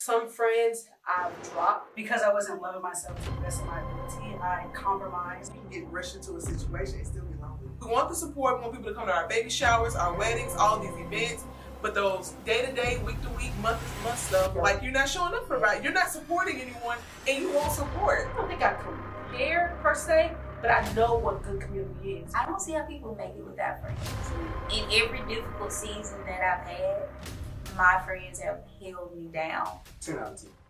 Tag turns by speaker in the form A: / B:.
A: Some friends I've dropped.
B: Because I wasn't loving myself to the best of my ability, I compromised.
C: You can get rushed into a situation and still be lonely.
A: We want the support. We want people to come to our baby showers, our weddings, all these events. But those day to day, week to week, month to month stuff, like you're not showing up for right. You're not supporting anyone, and you won't support.
B: I don't think I compare per se, but I know what good community is.
D: I don't see how people make it without friends. In every difficult season that I've had, my friends have held me down.
C: Ten out of ten.